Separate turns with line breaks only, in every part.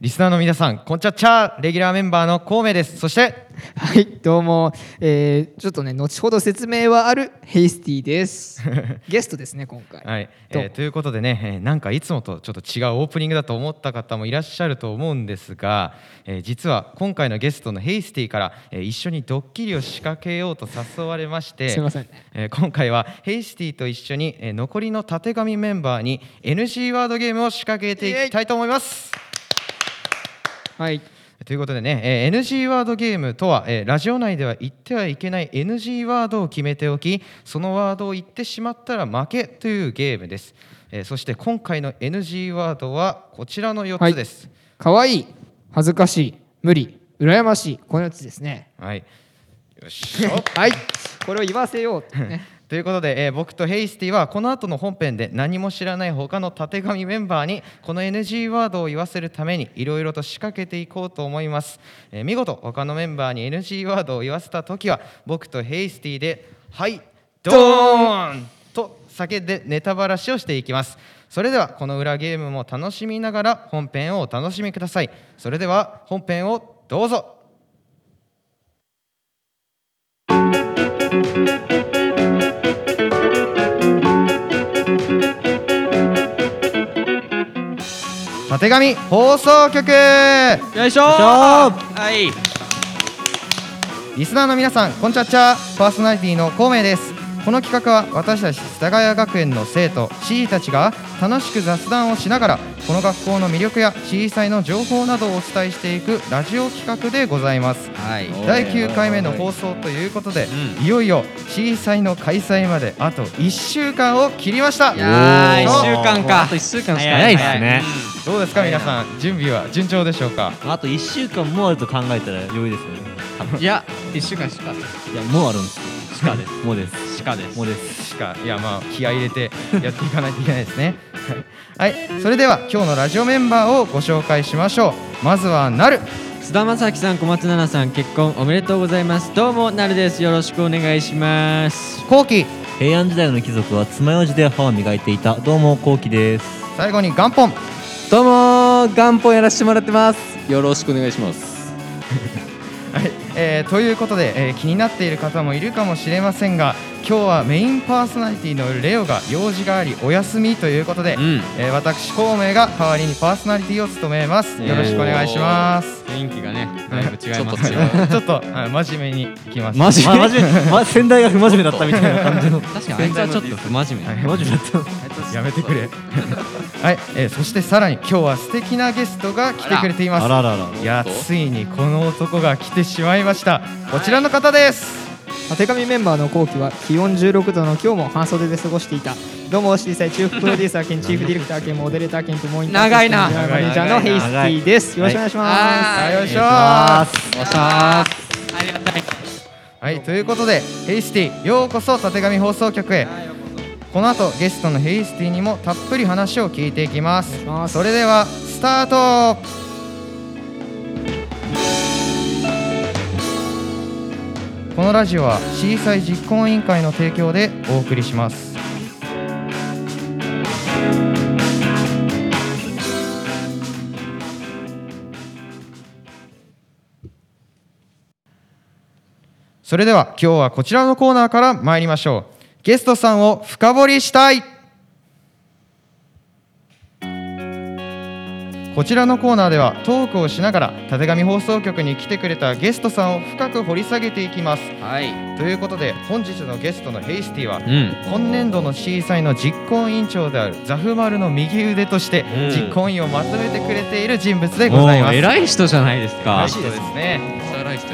リスナーの皆さんこんちゃっちゃレギュラーメンバーの孔明ですそして
はいどうも、えー、ちょっとね後ほど説明はあるヘイスティです ゲストですね今回
はい、
どう
えーということでね、えーなんかいつもとちょっと違うオープニングだと思った方もいらっしゃると思うんですが、えー実は今回のゲストのヘイスティから、えー一緒にドッキリを仕掛けようと誘われまして
すいません
えー今回はヘイシティと一緒に、えー残りのたてがみメンバーに NG ワードゲームを仕掛けていきたいと思います。
はい
ということでね、えー NG ワードゲームとは、えーラジオ内では言ってはいけない NG ワードを決めておきそのワードを言ってしまったら負けというゲームです、えーそして今回の NG ワードはこちらの4つです、
かわいい恥ずかしい無理羨ましいこのやつですね
はい、よっしゃ
はいこれを言わせようってね
ということで、えー僕とヘイスティはこの後の本編で何も知らない他のたてがみメンバーにこの NG ワードを言わせるためにいろいろと仕掛けていこうと思います、えー見事他のメンバーに NG ワードを言わせた時は僕とヘイスティで「はいドーン!」と叫んでネタバラシをしていきますそれではこの裏ゲームも楽しみながら本編をお楽しみくださいそれでは本編をどうぞたてがみ放送局
よいしょはい
リスナーの皆さんこんちゃっちゃパーソナリティの孔明ですこの企画は私たち世田谷学園の生徒市議たちが楽しく雑談をしながらこの学校の魅力や市議祭の情報などをお伝えしていくラジオ企画でございます
はい
第9回目の放送ということで
う
いよいよ市議祭の開催まであと1週間を切りました
いやー
お
一週間か
あと1週間しか
早いですね。
どうですか皆さん準備は順調でしょうか
あと1週間もあると考えたら良いですよね。
いや一週間しかです
いや、もうあるんですよ。
しかです
もうです。
しかです
もうです。
しかいやまあ気合い入れ てやっていかないといけないですね はいそれでは今日のラジオメンバーをご紹介しましょうまずはなる
須田将暉さん小松菜奈さん結婚おめでとうございますどうもなるですよろしくお願いします
こうき
平安時代の貴族は爪楊枝で歯を磨いていた。どうも、こうきです。
最後に元本
どうも元本やらせてもらってますよろしくお願いします
はい、えーということで、えー気になっている方もいるかもしれませんが今日はメインパーソナリティのレオが用事がありお休みということで、
ん
えー私孔明が代わりにパーソナリティを務めますよろしくお願いします
雰囲気がねだいぶ違いま す
ちょっとはい真面目にいきます
ま、真面目、ま、先代が不真面目だったみたいな感じの。
確かにあいつはちょっと不真面目
不真面目だった。
やめてくれ。 はい、えーそしてさらに今日は素敵なゲストが来てくれています。
あらららら。
いやついにこの男が来てしまいました。こちらの方です。
手紙メンバーの後期は気温16度の今日も半袖で過ごしていたどうも小さいチーフプロデューサー兼チーフディレクター兼モデレーター兼プモインター
長いな
兼マネージャーのヘイスティですよろ
長い
しくお
な
願いします
はい、よいしょ
あ
は
ー
おしゃーありがたい
い、ということで、ヘイスティ、ようこそたてがみ放送局へ。この後ゲストのヘイスティにもたっぷり話を聞いていきます。
ます
それではスタート。このラジオはシーサイ実行委員会の提供でお送りします。それでは今日はこちらのコーナーから参りましょうゲストさんを深掘りしたいこちらのコーナーではトークをしながらたてがみ放送局に来てくれたゲストさんを深く掘り下げていきます
はい
ということで本日のゲストのヘイスティは
うん
今年度の C 祭の実行委員長であるザフ丸の右腕として
うん
実行委員をまとめてくれている人物でございます。
偉い人じゃないですか
嬉しいですね。
偉い人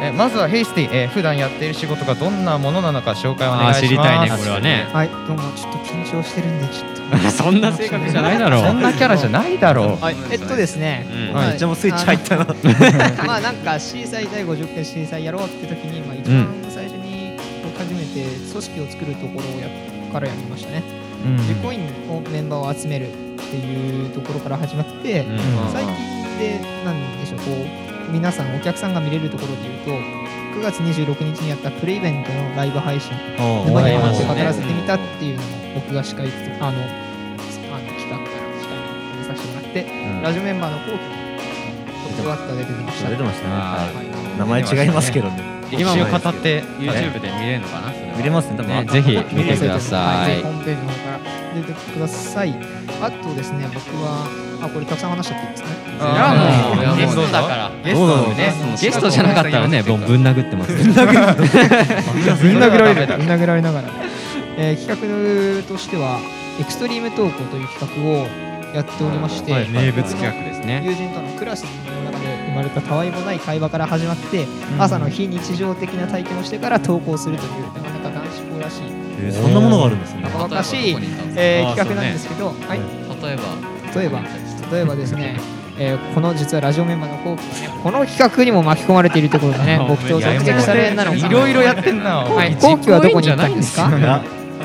えまずはヘイスティ、えー普段やっている仕事がどんなものなのか紹介お願
あ
いしま
ー
す。
知りたいねこれはね
はいどうもちょっと緊張してるんでちょっと
そんな性格じゃないだろ
そんなキャラじゃないだろう。
はい、えっとですね、
うん
はい
めっちゃもうスイッチ入ったな。
た。まあなんか C 祭第50回 C 祭やろうって時に、まあ、一番最初に初めて組織を作るところをやからやりましたね、
うん
実行委員のメンバーを集めるっていうところから始まって、
うん
ん
最近でなんでしょうこう皆さんお客さんが見れるところでいうと9月26日にやったプレイベントのライブ配信
お
沼
あ
に
り
ハマ
ま
っ
すね
て語らせてみたっていうのも僕が司会あのあの企画から司会にさせてもらってって、
ん
ラジオメンバーの後期トップバッター出てきました
出てましたね、
あー
は
はい
い名前違いますけどね
歴史を語
今
っ
も
て
YouTube で見れるのかなそれは
見れますね多分、
ねぜひ見てくださ
ぜひ
い
ホームページの方から出てください。あとですね、僕は、あ、これたくさん話しちゃっていいですね。
あー
いやもう
ゲストだからゲストなんでね
ゲストじゃなかったらねもうぶん殴ってますね
ぶん殴られるぶん殴られながら、えー企画としてはエクストリーム投稿という企画をやっておりまして、
はい
名物企画ですね
友人とのクラスの中で生まれたたわいもない会話から始まって、朝の非日常的な体験をしてから投稿するというなかなか男子校らしい
えーそんなものがあるんですね
若々しい、えー
あー
企画なんですけど、はい、
例えば
例えば例えばですね、えーこの実はラジオメンバーの後期がねこの企画にも巻き込まれているところでね僕と
いや
直
いや
撃されなのかない
ろいろやってんなお
は
前
い、後期はどこに行ったんですか
あ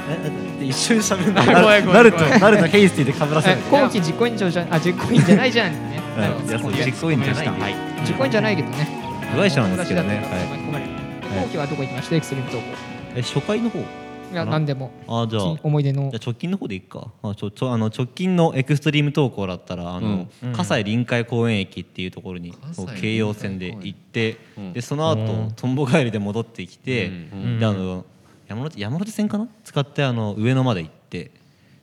ええ一緒に喋る
あごめんごめん
なるとなるとヘイスティで被らせ
え
る
後期実行委員長じゃ あ実行委員じゃないじゃんってね
はいいやそう実行委員じゃないんで
はい
実行委員じゃないけどね
部外者なんです
私
け
だ
ど
って
ね
巻き
はい
込まれる
はい
後期はどこ行きましたエクストリーム投稿
え初回の方
いや
あら
何でも
あーじゃあ
思い出の
じゃあ直近の方でいっかあちょちょあの直近のエクストリーム投稿だったらあの、
うん
葛西臨海公園駅っていうところに
西臨海
京葉線で行って、
うん
でその後、
うん
とんぼ返りで戻ってきて、
ん
であの山手山手線かな使ってあの上野まで行って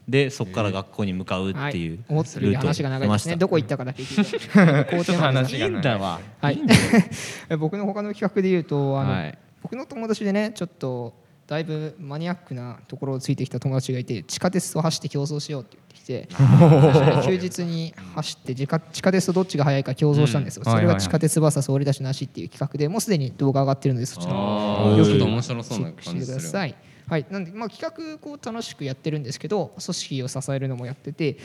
でそこから学校に向かうって
はい
いう
思ってるより話が長いですねどこ行ったかだけ聞いて 校
ちょっと
庭まで
話がない
わ
はい 僕の他の企画で言うとあの、
はい
僕の友達でねちょっとだいぶマニアックなところをついてきた友達がいて地下鉄と走って競争しようって言ってきて休日に走って地下地下鉄とどっちが速いか競争したんですよ、
うん
それ
はいはい
が
はい
地下鉄 VS 俺たちなしっていう企画でもうすでに動画上がってるのでそっちの
あ
ー
よく
ちょっと面白そう
チェ
な
ッ
感
ク
じす
して
る
ください。はい、なんで、まあ、企画こう楽しくやってるんですけど組織を支えるのもやってて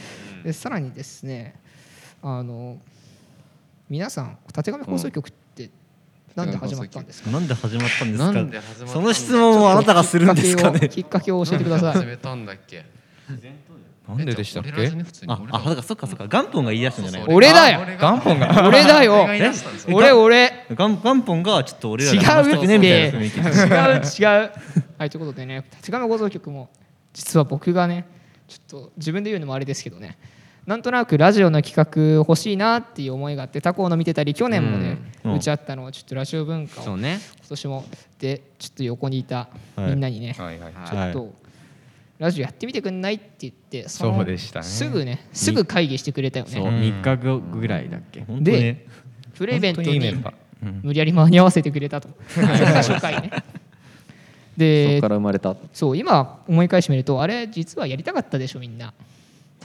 でさらにですねあの皆さんたてがみ放送局ってなんで始まったんですか、
なんで始まったんですか
なんで始まったんだ
その質問をあなたがするんですかね
きっかけをきっかけを教えてく ださ
始
い
めたんだっけ
なんででしたっ
えじゃあ俺ら
け
じゃね普通に
あ
俺
あだからそっかそっか元本が言い出すんじゃない
俺だよ
俺
元本が
俺だよ
が言い出したんですよ
俺俺
元元本がちょっと俺ら
違う
で話した
っ
く
て
ね
違う
みたいな雰囲気
違
で
うはいということでね「たちがみ放送局」も実は僕がねちょっと自分で言うのもあれですけどねなんとなくラジオの企画欲しいなっていう思いがあって他校の見てたり去年もね、
う
うんちあったのはちょっとラジオ文化を
そう
今
ね
年もでちょっと横にいた
はい
みんなにね、
はいはい
は
ちょっとラジオやってみてくんないって言っての
そうでしたね
すぐねすぐ会議してくれたよ
そう
ね
3日後ぐらいだっけ
本当にね
でプレイベント
本当にいい
に
メンバー
無理やり間に合わせてくれたとそれが初回 ね
そ
で
こから生まれた
そう今思い返してみるとあれ実はやりたかったでしょみんな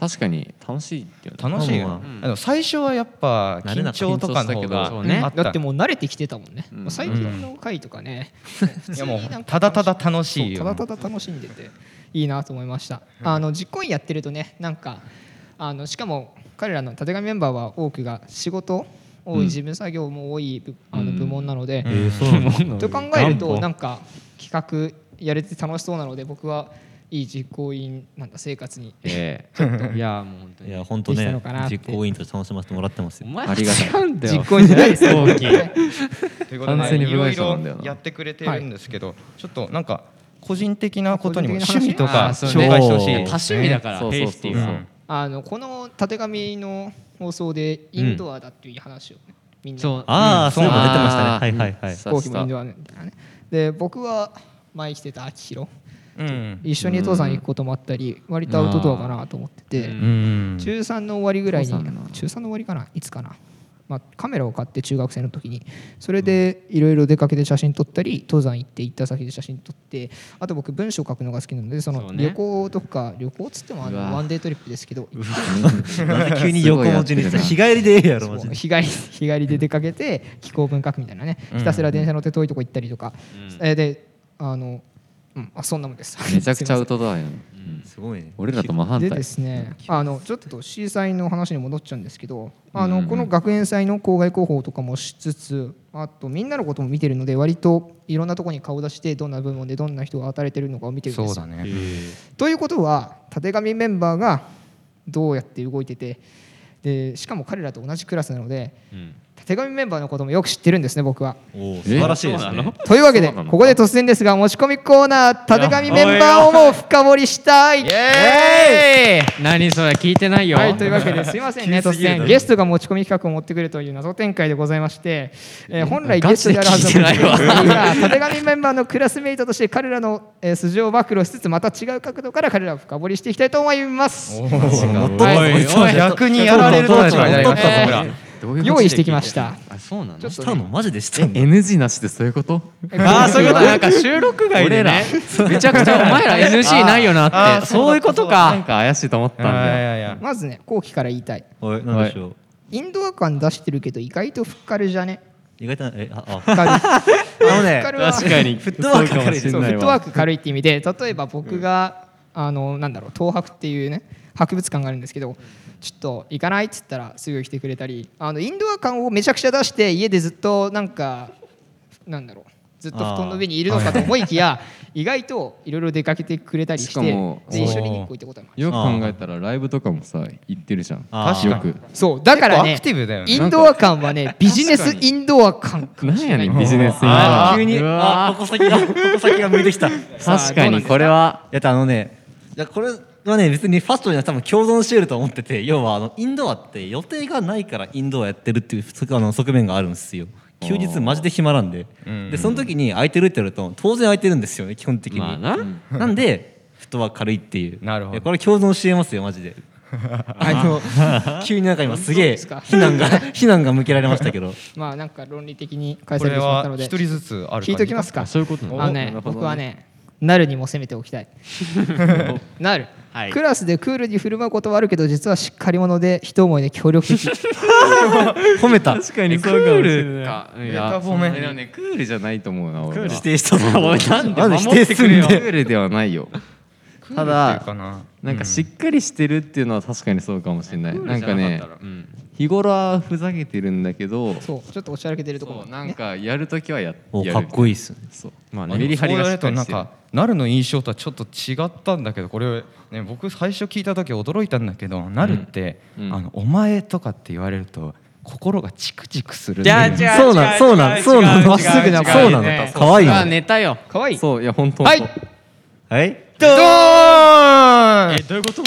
確かに楽しいよね
楽しいよ
う
なでも最初はやっぱ
慣れな
緊
かった
張とかの方
緊張したけど
が
そ
ね
あ
だ
った
ってもう慣れてきてたもんね、
うん
もう最近の回とかね、
いやもうただただ楽しいよ
そうただただ楽しんでていいなと思いましたあの実行委員やってるとねなんかあのしかも彼らのたてがみメンバーは多くが仕事多い事務作業も多い部,、あの部門なので、
うん
えーそうな の
と考えるとなんか企画やれて楽しそうなので僕はいい実行委員なんだ生活に
え えいやもう本当
い
に
や本当
できた
ね
のかなって
実行委員として楽しませてもらってますよ
お前
ありがたい
違うんだよ
実行委員じゃないですよ
ということ
完
で
全に
いろ
部外
い
者なんだよな
ろやってくれてるんですけどちょっとなんか個人的なことにも
個人的
趣味と
な話
か
あーそう
紹
ね
介してほしい
多趣味だから
そう
ヘ
そう
イ
そう
スティ
そ
は
う
うん
あのこのたてがみの放送でインドアだっていう話をね、みんな
そう
ああ、そういうの出てましたね。
あー
はいはいはい。
さ
飛行機もインドアみたいなねで僕は前来てた秋広
うん
一緒に登山行くこともあったり割とアウトドアかなと思ってて、
うん
中3の終わりぐらいに
そうだな
中3の終わりかないつかな、まあ、カメラを買って中学生の時にそれでいろいろ出かけて写真撮ったり登山行って行った先で写真撮ってあと僕文章書くのが好きなのでそ
そ
の
うね
旅行とか旅行っつってもあの
うわ
ワンデートリップですけど
なんで急に横文字にした日帰りでええやろ、マ
そう
ジで。
日帰り日帰りで出かけて気候文学みたいなねひたすら電車乗って遠いとこ行ったりとか、えーであの、うん、あそんなもんです
めちゃくちゃアウ
歌
トドアやん
すごいね。
俺らと真反
で
対
ですねあのちょっと震災の話に戻っちゃうんですけどあのこの学園祭の校外広報とかもしつつあとみんなのことも見てるので割といろんなとこに顔出してどんな部門でどんな人が働いてるのかを見てるんです
そ
よ
うだね
ということはたてがみメンバーがどうやって動いててでしかも彼らと同じクラスなのでた手紙メンバーのこともよく知ってるんですね僕は
おお素晴らしいです
そう
ね
なの
というわけで
そうなの
ここで突然ですが持ち込みコーナーたてがみメンバーをもう深掘りしたい
イエーイ
何それ聞いてないよ
はいというわけですいませんね突然ゲストが持ち込み企画を持ってくるという謎展開でございまして、えー本来ゲストであるはずの僕がたてがみメ ンバーのクラスメイトとして彼らの、えー素性を暴露しつつまた違う角度から彼らを深掘りしていきたいと思います
おい
逆にやられる立場になりました
えー
僕ら
どういう
用意してきました
あそうな
ちょ
の
っと
したのマジでしたの
NG なしってそういうこと
ああそういうことなんか収録外でねめちゃくちゃお前ら NC ないよな
あ
っ
ー
てそういうこと
なん
か
か怪しいと思ったん
あーい
だよ
やいや
まずね後期から言いたい
おいなんでしょう
インドア感出してるけど意外とふっかるじゃね
意外となえああ
ふっかる
あのね
ふっかる は
確かに
フットワーク軽いです
そう
そう
フ
かもしんないわ
ットワーク軽いって意味で例えば僕が、あのなんだろう東博っていうね博物館があるんですけどちょっと行かないっつったらすぐ来てくれたりあのインドア感をめちゃくちゃ出して家でずっとなんかなんだろうずっと布団の上にいるのかと思いきや意外といろいろ出かけてくれたりし
してかも
で一緒に日光行ったこともある
よく考えたらライブとかもさ行ってるじゃん
あー
よく
そうだか
結
ら
構
ね
アクティブだよね
インドア感はねビジネスインドア感かも
なん
しれ
や
な
ね
い
んビジネスに
あー
急にあ
うわ
ここ先がここ先が向いてきた
ー確かにこれは
だってあのねいやこれはね別にファストには多分共存してると思ってて要はあのインドアって予定がないからインドアやってるっていうそあの側面があるんですよ休日マジで暇なんででその時に空いてるって言われると当然空いてるんですよね基本的に、
まあな
なんでフットワーク軽いっていう
なるほど
いやこれ共存してますよマジであの急になんか今すげえ
すか
非難が 非難が向けられましたけど
まあなんか論理的に返
こ
され
れ
てしまった
は
ので
一人ずつある
聞いときますか
そういうことなの
あのね
お
僕はねなるにも攻めておきたい なる、
はい
クラスでクールに振る舞うことはあるけど実はしっかり者で一思いで協力的
褒めた
確かにクール
かい
ベタ
や
褒め
そんなでもねクールじゃないと思うな俺は
否定したのなん
なんで否定するよクールではないよ
っ
た
ていうか
だ
な
なんかしっかりしてるっていうのは確かにそうかもしれないなんかね日頃はふざけてるんだけど
そうちょっとおしゃらけてるところ
そ
も
うな
ね
んかやるときはや
お
や
かっこいいっすね
そうまあ
あでも
ねメリハリが
そう
し
やる
っか
と
り
なん
してる
かなるの印象とはちょっと違ったんだけどこれ、ね、僕最初聞いた時驚いたんだけどなるって、
うん
あのお前とかって言われると心がチクチクする
じゃあ
ね
じゃあ
そうなのそうなのそうなの
まっすぐな
そうなの可愛い
あ
の
ネタよ
かわいい
そういや本当
はい
本当
はい
ドーン
どういうこと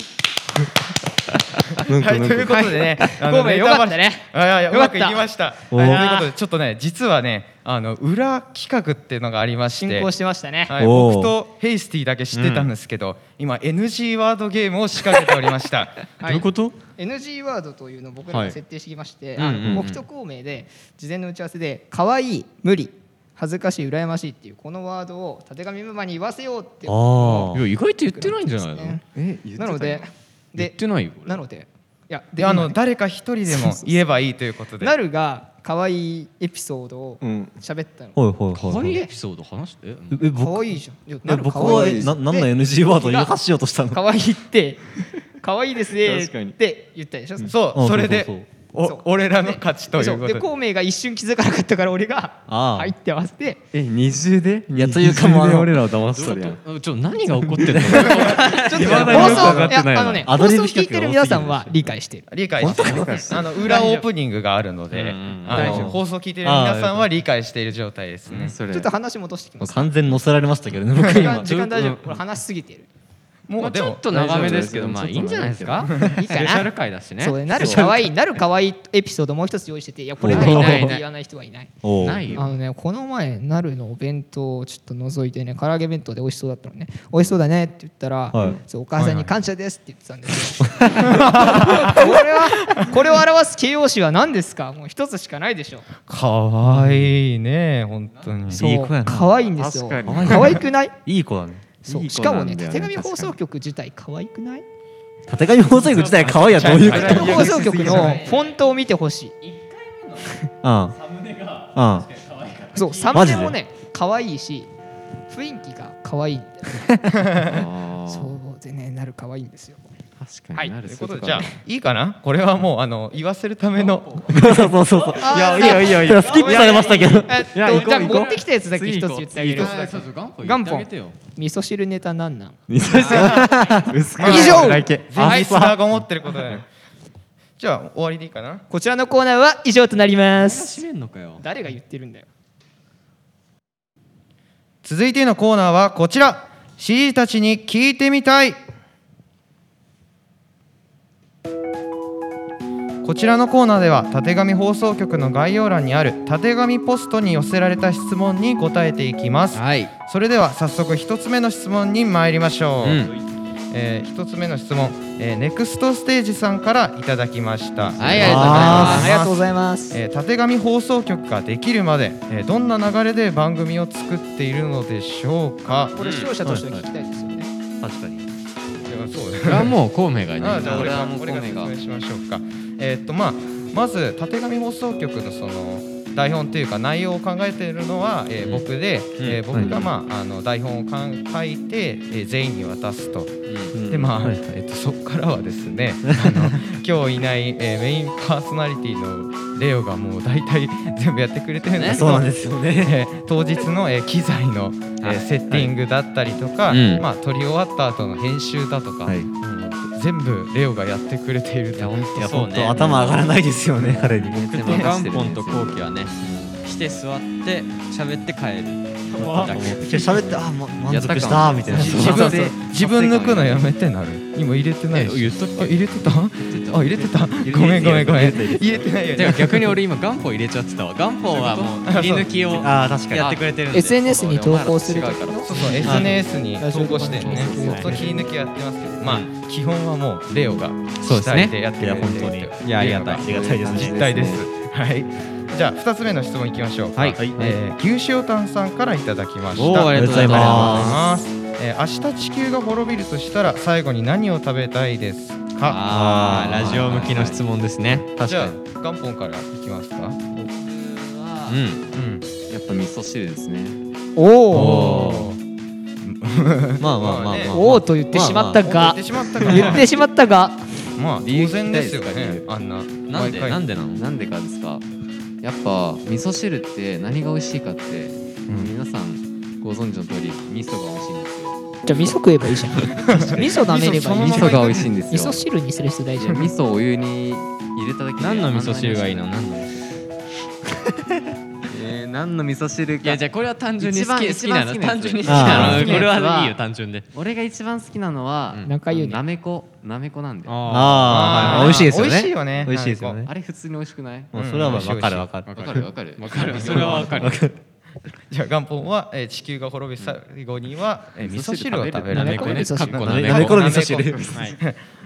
はい、ということでね、あの
ごめん
ネタバレ
よかったね
あいやいや、
よ
う
か
ま
った
くいきました。
お
はい、ということで、ちょっとね、実はね、あの裏企画っていうのがありまし
進
て
行。してましたね、
はい、
おー
僕とヘイスティだけ知ってたんですけど、今 NG ワードゲームを仕掛けておりました
どういうこと NG ワードというのを僕らが設定してきまして、
はい
あ
うんうんうん
の北斗孔明で事前の打ち合わせで「可愛い無理恥ずかしい羨ましい」っていうこのワードをたてがみメンバーに言わせようっていう
あ
いや意外と言ってないんじゃないの
ね
え言ってた
なので
言っ
で
てないよ
なのでいや
であの誰か一人でも言えばいいということで
なるが可愛いエピソードを
うん
喋ったの
あ。はいはいはい。
エピソード話して
え僕
可愛いじゃんいや。な
え
る
僕
可
は
愛
え
い
な何の NG ワードを言かしようとしたの。
可愛いって可愛いですね
確かに
って言ったでしょ。
そう
あ
それで
そうそう
お
そう
俺らの勝ちとい
そうう
こ
で
とで
孔明が一瞬気づかなかったから俺が
ああ
入って合わせて
え二重でい
やというかもうあの
俺らを騙しとるやん
ちょっと何が起こってるの
ちょっとね
まだよ
放
くわか
送
っ
い
てな
や
いな
あのね
ア
放
ドリ
送
ブ企画
聞いてる皆さんは理解してる。
理解してるあの裏オープニングがあるのであ
大丈
の放送聞いてる皆さんは理解している状態ですね
それ
ちょっと話戻してきます。
完全に乗せられましたけどね。僕
時
今
間時間大丈夫。これ話しすぎてる。
も うで
ちょ
も
っと長めですけど
大丈
ま
夫
あいいんじゃないです か
いいか
スペシャ
な
ル。回だしね
そうねなる可愛いなる可愛いエピソードもう一つ用意してていやこれがいい
おー
な
ないい
って
ない
言わない人はいない。
おう
ないよ
あのねこの前なるのお弁当をちょっと覗いてね唐揚げ弁当で美味しそうだったのね美味しそうだねって言ったら、
はい
そうお母さんに感謝ですって言ってたんですよ、 これはこれを表す形容詞は何ですかもう一つしかないでしょ
可愛いね本当に
そう
いい子やな
可愛いんですよ
確
かに
可愛くない
いい子だね。
そう
いい
し
子
か
な
も
んだ
ね
よね
手紙放送局自体可愛くない
縦紙放送局自体可愛いやどういうこ
手
と？
紙放送局のフォントを見てほしい
うん。サムネ
そうサムネもね可愛いし雰囲気が可愛いんだよ
あー
そうでねなる可愛いんですよ
確
は
か
い
にな
と
る
いう
そ
こ
うい
と
う
でじゃ
ことあ
あ
る
いいかなこれはもうあの言わせるための
が。そうそうそうそう。いやいいよいいよいいよ。スキップされましたけど。
えっとじ
や行こう
ゃあ
行こう
持ってきたやつだけ一つ言ってあげる
あそうそう元本
元
言ってあげ
本
てよ
味噌汁ネタなんなん
二重で薄く
以上
だけ
全員スターが思ってることだよじゃあ終わりでいいかな
こちらのコーナーは以上となります
閉めんのかよ
誰が言ってるんだよ
続いてのコーナーはこちら CG たちに聞いてみたいこちらのコーナーではたてがみ放送局の概要欄にあるたてがみポストに寄せられた質問に答えていきます
はい
それでは早速一つ目の質問に参りましょう、
うん
えー一つ目の質問、えーネクストステージさんからいただきまし
は
た
いありがとうございます
あーありがとうございます
えー、たてがみ放送局ができるまで、えーどんな流れで番組を作っているのでしょうか
これ視聴者として聞きたいですよね
確かに
いやそう
これはもう孔明がい
あ
ない
あじゃあ俺が俺が説明しましょうかえーっとまあまずたてがみ放送局のその台本というか内容を考えているのは、えー僕で、えー僕が、まあ、あの台本をかん書いて、えー全員に渡すと、でまあ、えーっとそこからはですねあの今日いない、えーメインパーソナリティのレオがもう大体全部やってくれてるんですけ
そう
ど、
なんですよね
えー 当日の、えー機材の、えー
はい
セッティングだったりとか、
いうん
まあ、撮り終わった後の編集だとか、
は
う
い
ん全部レオがやってくれてい
い
る
や
と
本
い
当
や
そう
本
ね
当頭上がらないですよね彼に
僕と元本と後期はねして座って喋って帰るだけ
喋ってあもう満足したみたいな
自分で自分抜くのやめてなる今入れてないし
言っとっ
あ入れてた
て
あ入れてた
入れて
ごめんごめんごめん
入れて
入れてないよ
て
ね
か逆に俺今元本入れちゃってたわ元本はもう切り抜きを
ああ確かに
やってくれてるんで
SNS に投稿するときの
そうそう SNS に投稿してね
そう
ずっと切り抜きやってますけどまあ基本はもうレオが
そうですね
主体でやってくれてるという
いやありがたい
レオ
ありがたいですね
実態ですはいじゃあ2つ目の質問いきましょうか
はい
えー牛塩炭さんからいただきました
おーありがとうございます
ます。えー明日地球が滅びるとしたら最後に何を食べたいですか。
ああラジオ向きの質問ですね
じゃあ元本からいきますか。
う
う
ん
ん。
やっぱ味噌汁ですね
おお
まあまあまあまあ
おおと言ってしまった
言っ
が
てしまったか
言 ってしまったが
まあ当然ですよ
理由聞きたいです
ね。
か
あんな
なんでなんでなの
なんでかですかやっぱ味噌汁って何が美味しいかって、皆さんご存知の通り味噌が美味しいんですよ
じゃあ味噌食えばいいじゃん味噌舐めればいい
味噌
じゃん
味噌が美味しいんです
味
よ
噌汁にする人大事
い
じゃ
や
ん
味噌をお湯に入れただけで
何の味噌汁がいいの何の味噌汁
えー何の味噌汁
いやじゃあこれは単純に好き好
一
き
番
なの
一番好きなやつ
単純に好きな
あ
の
ー
これはいいよ単純で
俺が一番好きなのは、
うん
中湯ね
なめこなめこなんであ
あ
ああ、はい、美味しいですよね
美味しいよね
美味しいですよね
れ普通に美味しくない
もうそれはまあ分かる分かる
わ
わかるわかる
わかるそれはわかる
じゃあ元本は、えー地球が滅びる最後には、えー味噌汁を食べ
な
る
め。こ味噌汁
かっこ
なめこの
なめこ
味噌汁
はい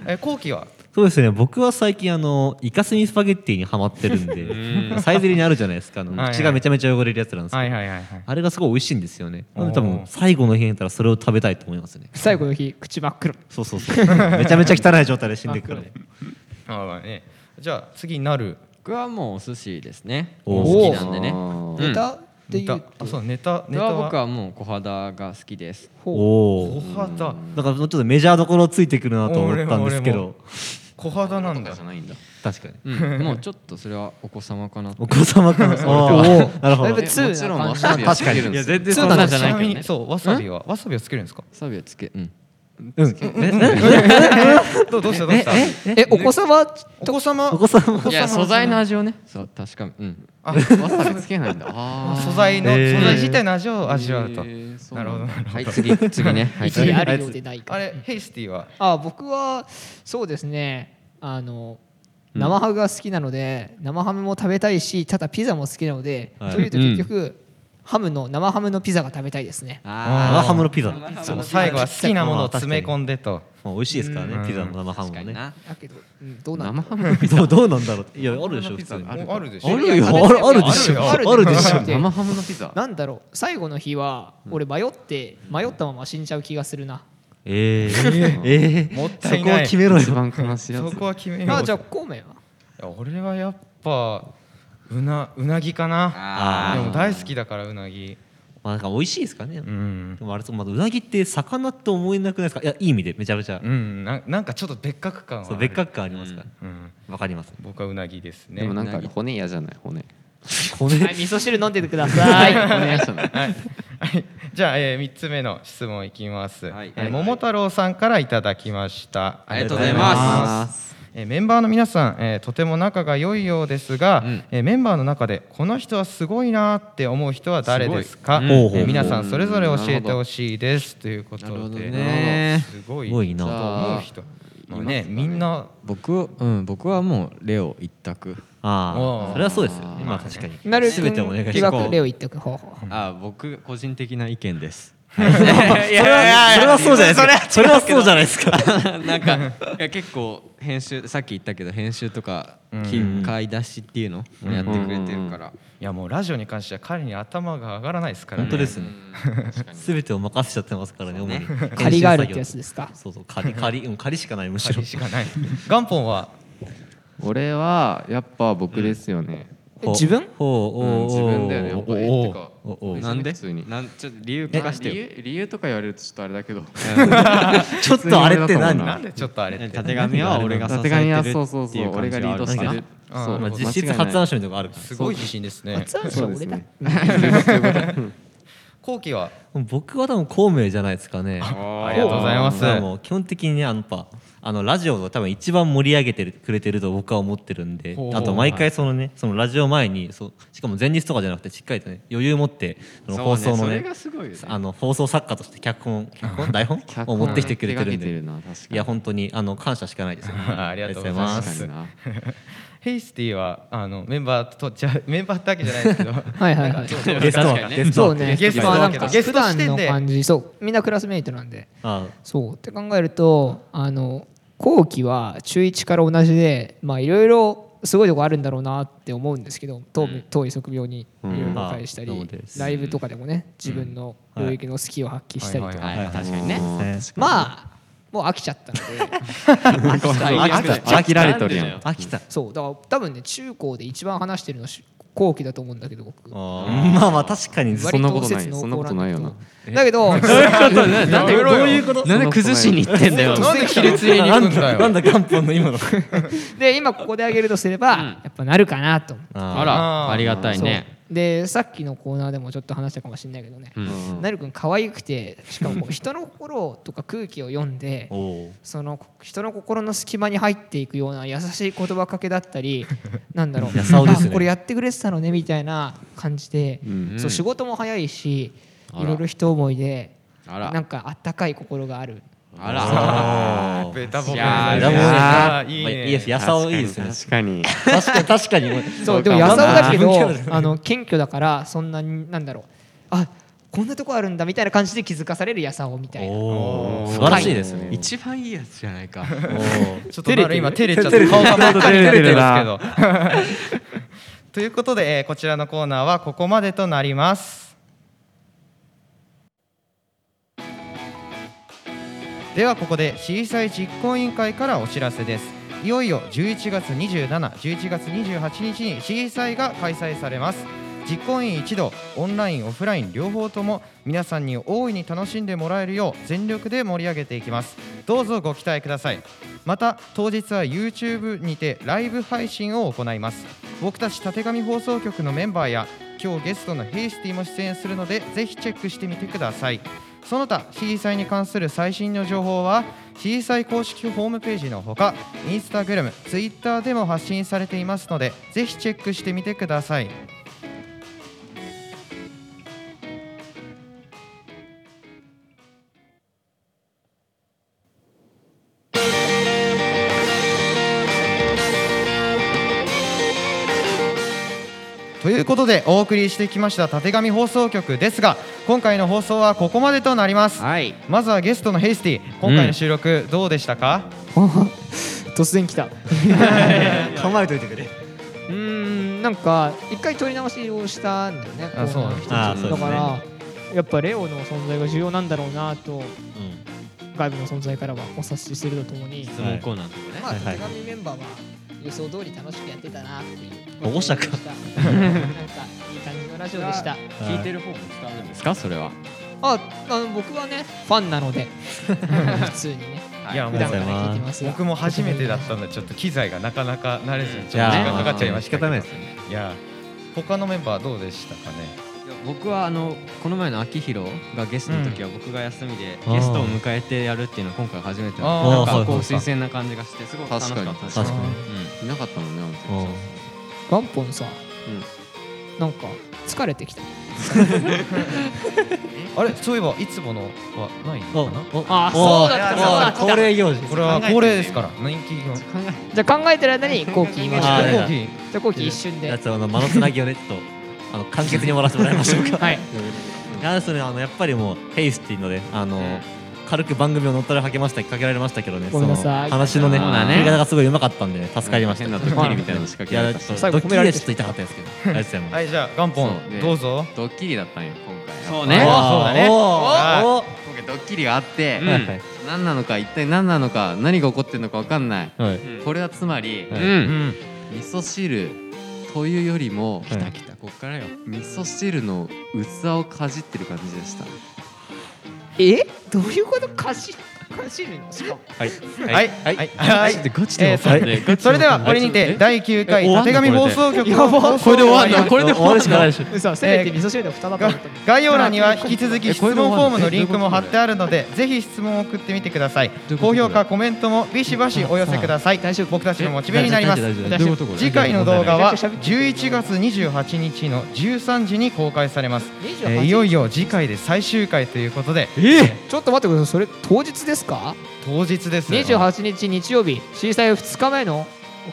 えー後期は
そうですね僕は最近あのイカスミスパゲッティにハマってるん
う
でサイゼリにあるじゃないですかあの
はいはい
口がめちゃめちゃ汚れるやつなんですけど、
はいはいはいはい。
あれがすごい美味しいんですよねなので
お
多
ー
分最後の日になったらそれを食べたいと思いますね
最後の日口真っ黒
そうそうそう めちゃめちゃ汚い状態で死んでいくからね
あーまあね。じゃあ次になる。
僕はもうお寿司ですね
おー
好きなんでね
あ
うん
ネタって
ネ
いう
タ
と。
あそうネタ
僕
ネタ
は僕
は。
はもう小肌が好きです
ほう
お
小
お
肌。
だからちょっとメジャーどころついてくるなと思ったんですけ
俺も俺も
ど
小肌なんだ。
ーじゃないんだ
確かに
うんもうちょっとそれはお子様かなって
お子様 かもおーなるほ
だい
ど
ぶ
え
ツー
もちろん
な
わ
感じなん
さび
だ
はつけるんですよ
全然
そう
そ
んな
なんん
で
じ
す
ゃ
ちなみ
ないけど
に
ね
そうわさびはわさびは作るんですか。
サビをつけうん
うん
どうどうしたどうした。
えお子様
お子様
お子様
いや素材の味をね
そう確かにうん
あ
わさびつけないんだあ
素材の
へー
素材自体の味を味わうと
え。ーそう
な
な
る
る
ほ
ほ
どな
ど
るほど。
はい次次ねはい
一理あるようでないか
あれヘイスティは
あ僕はそうですねあの生ハムが好きなので、生ハムも食べたいしただピザも好きなので、
はい
というと結局、ハムの生ハムのピザが食べたいですね
生ハムのピザ
そう最後は好きなものを詰め込んでと。
まあ美味しいですからね、
うん
ピザも生ハム
確
も
かに
ね。
な
だけど、うん、どうなんだ
生ハム
どうどうなんだろう。いやあるでしょ普通に。
おあるでしょ。
あるよ
いや
あるあるでしょ
あるよ
あるでしょ
だっ。て
生ハムのピザ
なんだろう最後の日は俺迷って迷ったまま死んじゃう気がするな、
えー、え ー、
もったいない
そこを決めろ
一
よ。
番悲しいや
そ
つ
こは決めよう。
あじゃあ
い
孔明は
や俺はやっぱうなうなぎかな。
あ
で
ー
も大好きだからうなぎ。
まあなんか美味しいですかね。
う
で
ん。
もあれとまたうなぎって魚って思えなくないですか。いやいい意味でめちゃめちゃ
う。ん、ななんかちょっと別格感はある
そう別格感ありますから。
うん、
わかります。
僕はうなぎですね
でもなんか骨嫌じゃない骨
はい味噌汁飲んでてください
骨嫌じゃない
はい、はい じゃあ、えー、3つ目の質問いきます、
はい
えー桃太郎さんからいただきました、
ありがとうございます
す
えーメンバーの皆さん、えーとても仲が良いようですが、
うん
えーメンバーの中でこの人はすごいなって思う人は誰ですか
す
え
ごいうん
ほうほうほ
ー
う
皆さんそれぞれ教え
なるほ
て
ど
ほしいですということで
なるほどね
なるほどすごい
すごいな
と思う人まあねみんな
僕うん僕はもうレオ一択
あ
お
あ
う
それはそうですよね
あー
まあ確かに
なる
全てお願いし
疑
ます
惑レオ言っておく方法
あ僕個人的な意見です。
それはそれはそうじゃないですかそれはそうじゃないですか
なんかいや結構編集さっき言ったけど編集とか
うん
き買い出しっていうのをやってくれてるから。
いやもうラジオに関しては彼に頭が上がらないですからね
本当ですね
確かに
全てを任せちゃってますからね主に
借りがあるってやつですか
そうそう借り借りうん借りしかないむし
借
ろ
りしかない元本は
俺はやっぱ僕ですよね、
え自分
ほう
うん
おう
自分だよねやっぱえってか
おうおう
別に
なんで
普通に
なんちょっと理由
え
聞かせて
理
よ。
由理由とか言われるとちょっとあれだけど
ちょっとあれって何
うん
なんでちょっとあれって
たてがみは俺が支えて
手紙
るっ
は
ていう
そ
感
う
じ
そうそう
はあ
俺
る
が
か
リ
ら
ードしてる
あ
そう
まあ
間違いない
実質発案者みたいなとこあるか
すごい自信ですね
発案者
そ
は
うです
俺だ
ね
後期は
ら僕は多分孔明じゃないですかね
ありがとうございます
だからもう基本的にねあのやっぱあのラジオを多分一番盛り上げてくれてると僕は思ってるんで
ほう
あと毎回そのねそのラジオ前にそうしかも前日とかじゃなくてしっかりとね余裕持ってその放送の
そうねそれ
ね
がすごいよね
あの放送作家として 脚本脚本台本
脚
を
本
持ってきてくれてるん
手掛けて
で
るな確かに
いや本当にあの感謝しかないですよ
ありがとうござい
ありがとうござい
ま
ます
確かにな
ヘイスティはあのメンバーとじゃメンバーだけじ ゃないですけど
はいはいはい
ゲストはゲスト
そう
は
ね
ゲスト
まあ
だ
な
け
ん
ど
か
ゲス
普
ト視
段
点
の
で
感じそうみんなクラスメイトなんで
あ
そうって考えるとあの後期は中1から同じでまあいろいろすごいとこあるんだろうなって思うんですけど遠遠い側面にいろいろ返したり、
うんあそうです
ライブとかでもね自分の領域のスキルを発揮したりとか、
はいはい
はい
確かにね。
まあもう飽きちゃったので
飽きた
飽きられとるやん
飽きた
そうだから多分ね中高で一番話してるのし後期だと思うんだけど僕
あーまあまあ確かに
そんなことない
割
そんなことないよな
だけど
なんでどういうこと
なんで崩しに行ってんだよ
なんで卑劣に行くんだよ
なんだ元本の今 の
で今ここであげるとすれば、やっぱなるかなと思って
あ
あ
ら
ら
あ
あ
り
り
が
がたい
そう
ね
でさっきのコーナーでもちょっと話したかもしれないけどね、なるくん可愛くてしかもこう人の心とか空気を読んで
ーおう
その人の心の隙間に入っていくような優しい言葉かけだったりなんだろう
優しいですね
あこれやってくれてたのねみたいな感じで、
うん
そう仕事も早いし
あら
いろいろ人思いで
あ
な
ら
んかあったかい心がある
あ
あー
ベタボケ
いやーベタボケ
あーいい
まあい
ね
いですやさおいいですね
確かに
確かに確かに
そうでも優しだけどあの謙虚だからそんなになんだろうあこんなとこあるんだみたいな感じで気づかされる優しみたいな
おお素晴らしいですね
一番いいやつじゃないか。
おー
ちょっとなる今照れちゃって顔が真っ赤に照れてますけど ということで、えーこちらのコーナーはここまでとなりますではここで市裁実行委員会からお知らせですいよいよ11月27、11月28日に市裁が開催されます実行委員一同オンラインオフライン両方とも皆さんに大いに楽しんでもらえるよう全力で盛り上げていきますどうぞご期待くださいまた当日は YouTube にてライブ配信を行います僕たちたてがみ放送局のメンバーや今日ゲストのヘイスティも出演するのでぜひチェックしてみてくださいその他 C サイに関する最新の情報は C サイ公式ホームページのほかインスタグラム、ツイッターでも発信されていますのでぜひチェックしてみてくださいということでお送りしてきましたたてがみ放送局ですが今回の放送はここまでとなります、
はい
まずはゲストのヘイスティ今回の収録どうでしたか、
突然来た
構えといてくれ
うーんなんか一回撮り直しをしたんだよね
あそうなん
の
だ
人
あそう
だか
ですね
ら、やっぱレオの存在が重要なんだろうなと
うん
外部の存在からはお察しするとともに
質問コーナーとかね。
まあ
はいはい
手紙メンバーは予想通り楽しくやってたなっていう
保護者か
なんかいい感じのラジオでした
聞いて
る方も使うんですかそれは。
ああの僕はねファンなので普通にね
いやも
普
う
段から聞いてますが
僕も初めてだったんでちょっと機材がなかなか慣れずにちょっと時
いや
間かかっちゃいましたけど
仕方ないですね
いや他のメンバーどうでしたかね
いや
僕はあのこの前の秋広がゲストの時は僕が休みで、ゲストを迎えてやるっていうのは今回初めて
あ
な
ー
ん
あ
か
ー
こう
そ
新
うかそ
鮮な感じがしてすごく楽しかったです
確かに
いなかったもんね、本当
う
に
ん
元本さ、なんか疲れてきた
あれそういえばいつものはないのかな
おお
あそうだった
お
そうだった
お恒例行事
これは恒例ですから人気の
じゃあ考えてる間にコーキー言いましょう
あ
じ
ー
ゃ
ね
あコーキー一瞬で
やつあの間のつなぎをねちょっとあの簡潔に終わらせてもらいましょうか
はい
いやですねあのやっぱりもうヘイスティーのであの、軽く番組を乗っ取りはけましたかけられましたけどね
ごめんなさい
その話のね
そうだね
振り方がすごいうまかったんで助かりました、
変な
い
ドッキリみたいなの仕掛けられ
や
たし
ちょっ
最
と
後
ドッ
褒
キ
めら
リ
れ
で
てる
ちょっと痛かったですけどありがとうございます
はいじゃあ元
そう
本
ね
どうぞ
ドッキリだったんよ、今回。
そう
あ
ね
ー
そうだね
おー
お
おー
今回ドッキリがあって、
うん
はいはい
何なのか、一体何なのか、何が起こってるのか分かんない。
はい
これはつまり、
う
うん
ん
味噌汁というよりも、
はい
来たこっからよ
味噌汁の器をかじってる感じでした。
えどういうことかしかしるのしかも
はい
はいはいはい
ガチ
え
で
ーそ
い
れそれではこれにて第9回たてがみ放送局の放送
あこれで終わるしかないでしょ
嘘せめて味噌汁の蓋だと思った
概要欄には引き続き質問フォームのリンクも貼ってあるのでぜひ質問を送ってみてください
いうこ
高
と
評価コメントもビシバシお寄せください僕たちのモチベになります
大丈夫
大丈夫大丈夫どういうことこれ
次回の動画は11月28日の13時に公開されます
28
えーいよいよ次回で最終回ということで
ちょっと待ってくださいそれ当日ですか
当日です
28日日曜日震災2日前の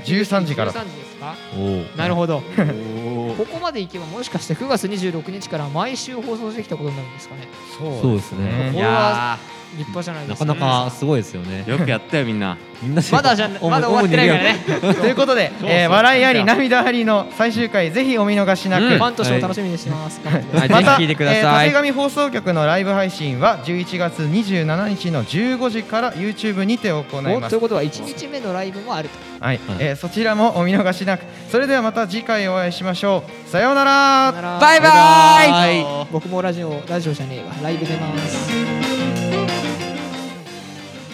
13時から
13時ですか
おー
なるほどここまでいけばもしかして9月26日から毎週放送してきたことになるんですかね
そうですね
こ
い
れは立派じゃないで
な
すか
かなかすごいですよね
よくやったよ、みんな。
みんな知ら
まだ じゃまだ終わってないからね
ということで、えー笑いあり涙ありの最終回ぜひお見逃しなく、
うん
ファンとしても楽しみにしてます
はいぜ
また
ひ聞いてください
えーたてがみ放送局のライブ配信は11月27日の15時から YouTube にて行いま
おとい
す
う、ことは1日目のライブもあると
はいえーそちらもお見逃しなくそれではまた次回お会いしましょうさようなら
バイバ
バイ
イ僕もラジオラジオじゃねえわライブ出ます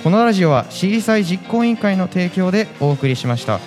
このラジオは市議祭実行委員会の提供でお送りしました